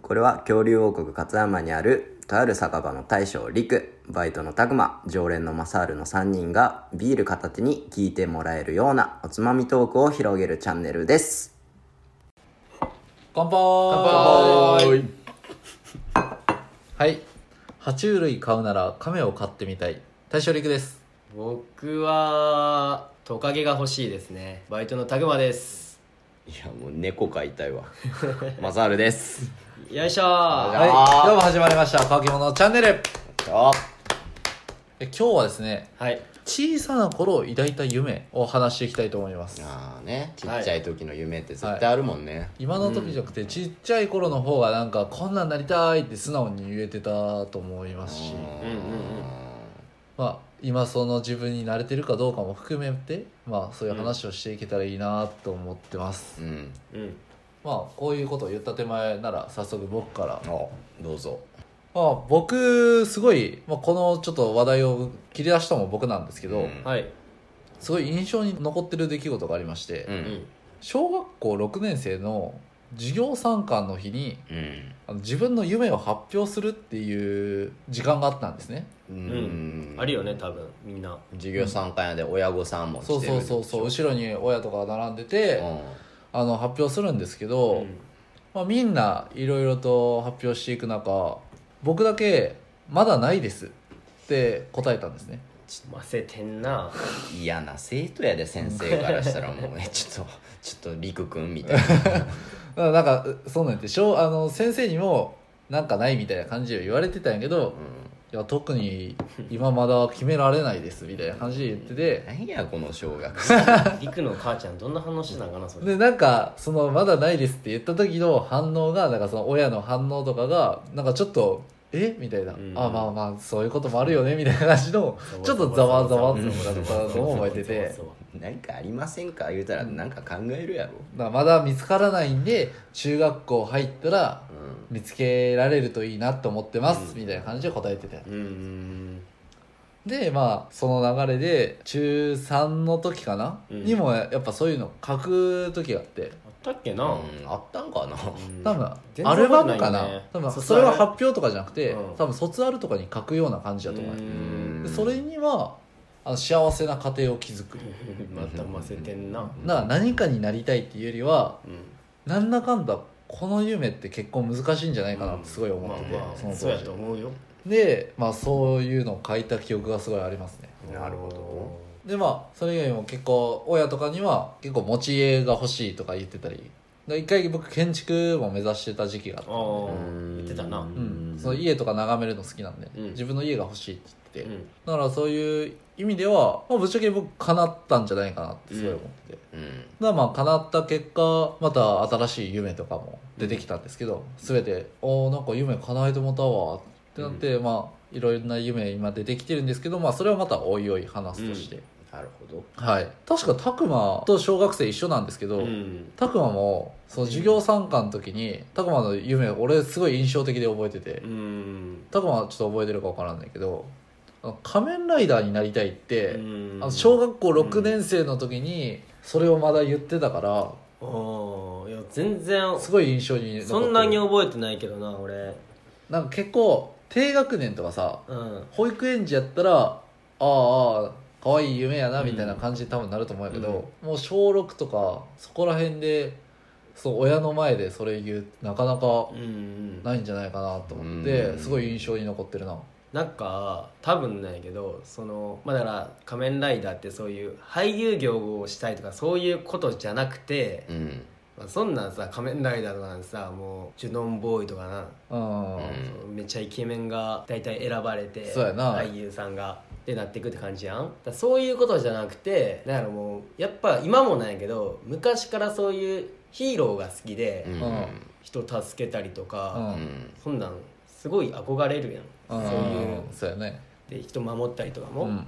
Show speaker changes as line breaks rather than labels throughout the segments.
これは恐竜王国勝山にあるとある酒場の大将陸バイトの拓磨常連のマサールの3人がビール片手に聞いてもらえるようなおつまみトークを広げるチャンネルです
乾杯はい爬虫類買うなら亀を飼ってみたい大正陸です
僕はトカゲが欲しいですねバイトのタグマです
いやもう猫飼いたい わマサールです
よいしょー
はいどうも始まりました「乾き物チャンネル
あ」
え今日はですね
はい
小さな頃抱いた夢を話していきたいと思います
あねち
っちゃ
い時の夢って
絶対
あるもんね、
今の時じゃなくてちっちゃい頃の方がなんかこんなんなりたいって素直に言えてたと思いますし
うんうん
まあ今その自分に慣れてるかどうかも含めてまあそういう話をしていけたらいいなと思ってます
うん
うんうん
まあこういうことを言った手前なら早速僕から
あどうぞ
まあ僕すごい、まあ、このちょっと話題を切り出したのも僕なんですけど、
うん
はい
すごい印象に残ってる出来事がありまして、
う
うんん
小学校6年生の授業参観の日に
うん
あの自分の夢を発表するっていう時間があったんですね
う
あるよね多分みんな
授業参観やで親御さんも来てる
そうそうそうそう後ろに親とかが並んでて、あの発表するんですけど、
うん
まあ、みんないろいろと発表していく中僕だけ「まだないです」って答えたんですね
ませてんな
うん嫌な生徒やで先生からしたらもうねちょっとちょっと陸くんみたいな
だからなんかうそうなんやってしょうあの先生にもなんかないみたいな感じで言われてたんやけど、いや特 に今まだ決められないですみたいな感じで言ってて、
何やこの小学生
りくの母ちゃんどんな話してたんかなそれ
でなんかそのまだないですって言った時の反応がなんかその親の反応とかがなんかちょっとえみたいな、
うん
あまあまあそういうこともあるよねみたいな感じのちょっとざわざわざわざわだったのを覚えてて
そうそう
何かありませんか言うたら何か考えるやろ、
だからまだ見つからないんで中学校入ったら
う
見つけられるといいなと思ってます、みたいな感じで答えてて
そううん
でまあその流れで中3の時かな、
うん
にもやっぱそういうの書く時があって
あったっけな、
んあったんかな
うん
多分
全然
アルバム
覚
か
えて
な
ないよね
多分
卒
それは
アル
発表とかじゃなくて、
うん
多分卒アルとかに書くような感じだと思う、
う
で
ん
それにはあの幸せな家庭を築く、
またませてんな
だから何かになりたいっていうよりは
うん
なんだかんだこの夢って結構難しいんじゃないかなってすごい思ってて、
まあまあ
その当
そうや
時
と思うよ
で、まあ、そういうのを書いた記憶がすごいありますね
なるほど
でまあそれ以外にも結構親とかには結構持ち家が欲しいとか言ってたりで一回僕建築も目指してた時期があって、
ああ
うん
言ってたな
う
う
ん、その家とか眺めるの好きなんで、
うん
自分の家が欲しいって言ってて、
ん
だからそういう意味では、まあ、ぶっちゃけ僕叶ったんじゃないかなってすごい思って、
うん
だからまあ叶った結果また新しい夢とかも出てきたんですけど、全て「おーなんか夢叶えてもたわ」ってなって、まあいろいろな夢今出てきてるんですけど、まあ、それはまたおいおい話すとして、
なるほど
はい確か拓磨と小学生一緒なんですけど、
うん
拓磨もその授業参観の時に拓磨の夢俺すごい印象的で覚えてて
うん
拓磨はちょっと覚えてるか分からないけどあの仮面ライダーになりたいって、
うん
あの小学校6年生の時にそれをまだ言ってたから、
ああいや全然
すごい印象に残ってる
そんなに覚えてないけどな俺
なんか結構低学年とかさ
うん
保育園児やったらああああ可愛い夢やなみたいな感じに多分なると思うんやけど、もう小6とかそこら辺でそう親の前でそれ言うなかなか
うん
ないんじゃないかなと思って、
うん
すごい印象に残ってるな
なんか多分なんやけどそのまあだから「仮面ライダー」ってそういう俳優業をしたいとかそういうことじゃなくて、
うん
まあ、そんなんさ「仮面ライダー」とかなんてさもうジュノンボーイとかな、
うん、
うん
そうめっちゃイケメンが大体選ばれて
そうやな
俳優さんがってなっていくって感じやんだからそういうことじゃなくてなんやろもうやっぱ今もなんやけど昔からそういうヒーローが好きで、
うん
人助けたりとか、
うん
そんなんすごい憧れるやん、
うん
そういう
そうやね
で人守ったりとかも、
うん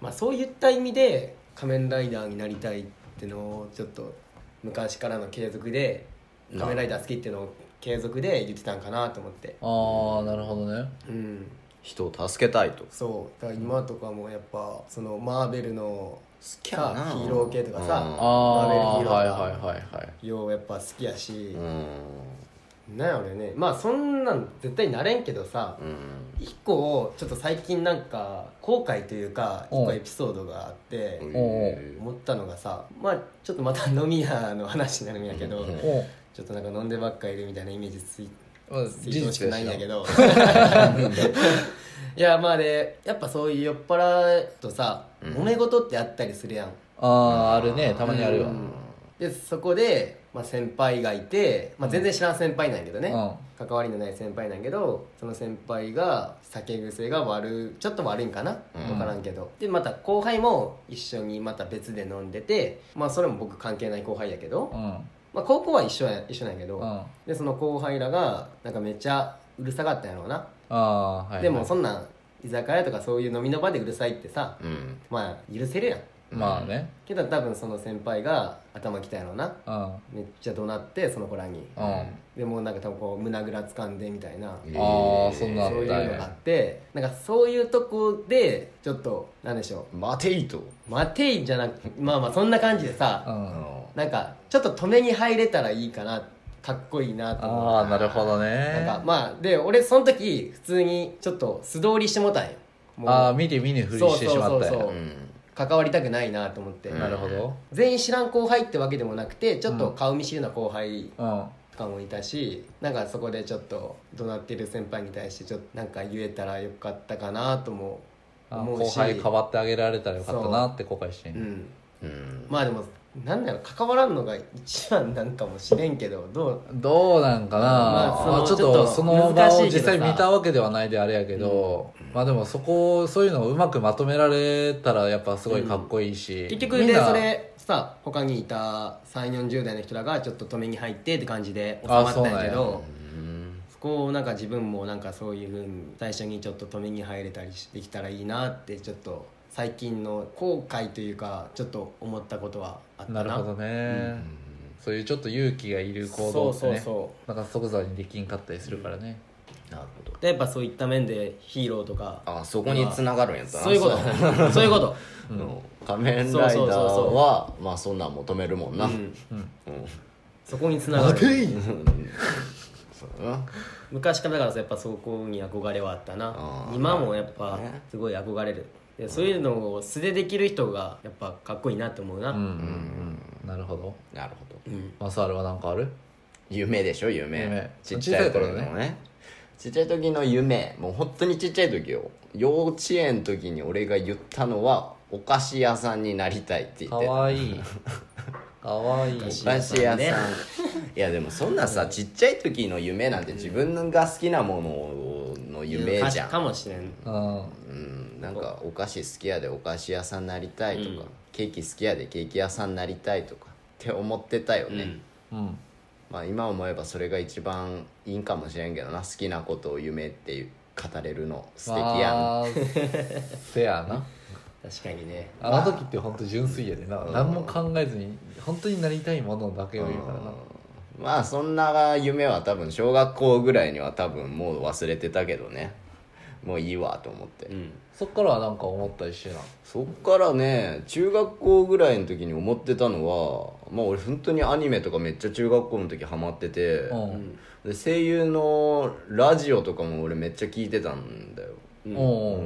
まあ、そういった意味で仮面ライダーになりたいってのをちょっと昔からの継続で
な
仮面ライダー好きってのを継続で言ってたんかなと思って
ああなるほどね
うん
人を助けたいと
そうだから今とかもやっぱそのマーベルの
やな
さヒーロー系とかさ
うん
ああ
マーベルヒーロー
はい
が
はいはいはい
ようやっぱ好きやし、
うん
なんや俺ねまあそんなん絶対なれんけどさ
うん
一個ちょっと最近なんか後悔というか
うん
一個エピソードがあって
うん
おう
思ったのがさまあちょっとまた 飲み屋の話になるんやけ
う
ど
ん
おう
ちょっとなんか飲んでばっかいるみたいなイメージつい
まあ
つ
事
いてほし
実で
くない
し
ん
な
やけど いやまあでやっぱそういう酔っ払うとさ
うん
揉め事ってあったりするやん
あああるねたまにあるわ
うんでそこで、まあ、先輩がいて、まあ、全然知らん先輩なんやけどね、関わりのない先輩なんやけどその先輩が酒癖が悪いちょっと悪いんかな
うん
分からんけど、でまた後輩も一緒にまた別で飲んでてまあそれも僕関係ない後輩やけど、
うんうん
まあ、高校は一緒や一緒なんやけど、
うんあ
でその後輩らがなんかめっちゃうるさかったんやろうな、
あはいはい
でもそんなん居酒屋とかそういう飲みの場でうるさいってさ
うん
まあ許せるやん
まあね
けど多分その先輩が頭きたんやろうな
うん
めっちゃ怒鳴ってその子らに
うんあ
でもうなんか多分こう胸ぐら掴んでみたいな
うん
あそんなあ
そ
っ
う
た
いうの
よ
があってなんかそういうとこでちょっとなんでしょ
待ていと
う待ていじゃなくまあまあそんな感じで
う
さ
ん
なんかちょっと止めに入れたらいいかなかっこいいなと思
ああなるほど
って
ね
なんかまあで俺その時普通にちょっと素通りしてもうたんよもう
ああ見て見ぬふりしてしまった
そうそう
よ
そう関わりたくないなと思って、
うん
なるほど
全員知らん後輩ってわけでもなくてちょっと顔見知りな後
う
輩
ん
とかもいたしなんかそこでちょっと怒鳴ってる先輩に対してちょっとなんか言えたらよかったかなとも
あ
思うし
後輩かばってあげられたらよかったなって後悔して
うんん
うん
まあでもなんだろう関わらんのが一番なんかもしれんけどどう
どうなんかな、
まあその
まあ、ちょっ
ちょ
と
っと
その場を
難しいけ
実
どさ
際見たわけではないであれやけど、まあでもそこそういうのをうまくまとめられたらやっぱすごいかっこいいし、
結局
みん
で
な
それさ他にいた3 4 0代の人らがちょっと止めに入ってって感じで収
あ
まったんやけ
そうなん
どそこをなんか自分もなんかそういうふうに最初にちょっと止めに入れたりしできたらいいなってちょっと最近の後悔というかちょっと思ったことはあったな
なるほどね、そういうちょっと勇気がいる行
そ
動
う
って
そう
ね
そう
なんか即座にできんかったりするからね、
なるほど
でやっぱそういった面でヒーローとか
あそこに繋がるんやったな
そういうことそういうこと
うん仮面ライダー
そうそうそうそ
はまあそんなん求めるもんな
うん
うん
うん
そこにつながる
いそうだな
昔からだからさやっぱそこに憧れはあったな
あー
今もやっぱ
ね
すごい憧れるでそういうのを素でできる人がやっぱかっこいいなって思うな、
うんうん
うんうん
なるほど
なるほど
うん
マサールは何かある
夢でしょ夢
夢
ちっちゃい頃の
小さい頃
ねちっちゃい時の夢もう本当にちっちゃい時よ幼稚園の時に俺が言ったのはお菓子屋さんになりたいって言
か
ってた
わい いかわいい
おかし
お
い
菓子屋さん、
ね
いやでもそんなさちっちゃい時の夢なんて自分が好きなものの夢じゃん
かもしれん
うん
うん、なんかお菓子好きやでお菓子屋さんになりたいとか、ケーキ好きやでケーキ屋さんになりたいとかって思ってたよね、
うん
うん
まあ今思えばそれが一番いいんかもしれんけどな好きなことを夢っていう語れるの素敵やん、
まあせやな
確かにね
あの時って本当純粋やでな、何も考えずに本当になりたいものだけを言うからな、
まあそんな夢は多分小学校ぐらいには多分もう忘れてたけどねもういいわと思って、
うん
そっからはなんか思ったりしてな
そっからね中学校ぐらいの時に思ってたのはまあ俺本当にアニメとかめっちゃ中学校の時ハマってて、
うん
で声優のラジオとかも俺めっちゃ聞いてたんだよ、
うんう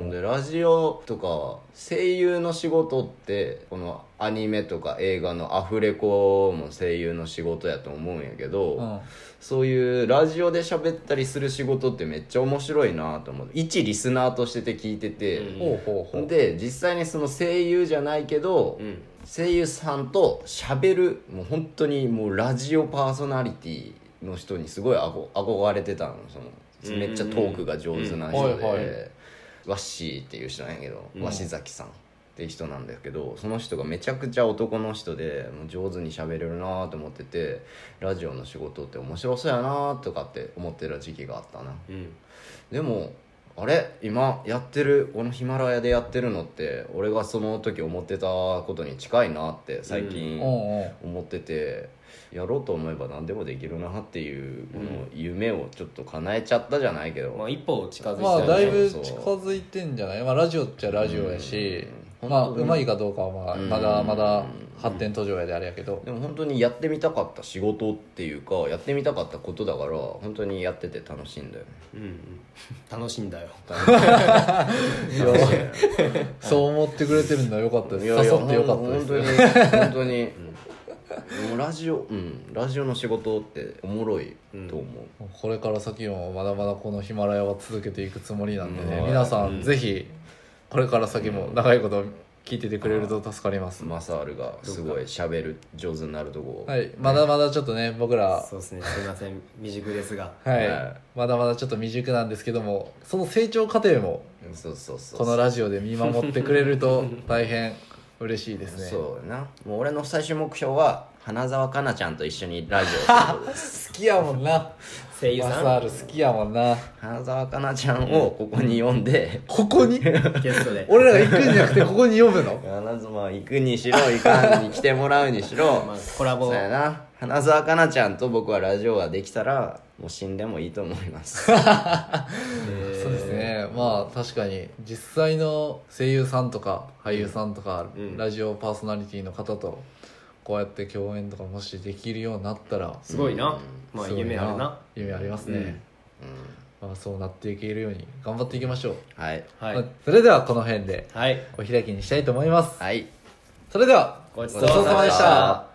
ん
でラジオとか声優の仕事ってこのアニメとか映画のアフレコも声優の仕事やと思うんやけど、
うん
そういうラジオで喋ったりする仕事ってめっちゃ面白いなと思って一リスナーとしてて聞いてて、
うん
ほうほうほう
で実際にその声優じゃないけど、
うん
声優さんと喋るもう本当にもうラジオパーソナリティの人にすごいあこ憧れてたのそのめっちゃトークが上手な人
うんはいはい
でワッシーっていう人なんやけど
うん
ワシザキさんっていう人なんだけどその人がめちゃくちゃ男の人でもう上手に喋れるなと思っててラジオの仕事って面白そうやなとかって思ってる時期があったな。
うん
でもあれ今やってるこのヒマラヤでやってるのって俺がその時思ってたことに近いなって最近
うんうん
思ってて、やろうと思えば何でもできるなっていうこの夢をちょっと叶えちゃったじゃないけど、
まあ一歩近づいた
まあ
よね
だいぶ近づいてんじゃない、まあ、ラジオっちゃラジオやし、まあ
本当に
うまいかどうかはまあ
うん
まだまだ発展途上やであれやけど
でも本当にやってみたかった仕事っていうかやってみたかったことだから本当にやってて楽しいんだよね
うんうん楽しいん だよ
そう思ってくれてるんだよかったです誘ってよかったで
本
す
当に本当 に、うんもうラジオうんラジオの仕事っておもろいと思う、
これから先もまだまだこのヒマラヤは続けていくつもりなんでね、
うん
皆さんぜひこれから先も長いこと聞いててくれると助かります、
マサールがすごい喋る上手になるとこを、
はい、まだまだちょっとね僕ら
そうですねすいません未熟ですが
はい、
は
まだまだちょっと未熟なんですけどもその成長過程も
そうそうそう
このラジオで見守ってくれる と大変嬉しいですね
そうやなもう俺の最終目標は花澤香菜ちゃんと一緒にラジオを することです
好きやもんな
声優
マサ
さ
ール好きやもんな
花澤香菜ちゃんをここに呼んで
ここに
んゲストで
俺らが行くんじゃなくてここに呼ぶの
花妻行くにしろ行かんに来てもらうにしろ、
まあコラボ
そうやな花澤香菜ちゃんと僕はラジオができたらもう死んでもいいと思います
そうですねまあ確かに実際の声優さんとか俳優さんとか、
ん
ラジオパーソナリティの方とこうやって共演とかもしできるようになったら
すごいなまあ
すごい
夢あるな
夢ありますね、まあ、そうなっていけるように頑張っていきましょう、
はい
は
まあ
い
それではこの辺で
はい
お開きにしたいと思います、
はい
それでは
ごちそうさまでした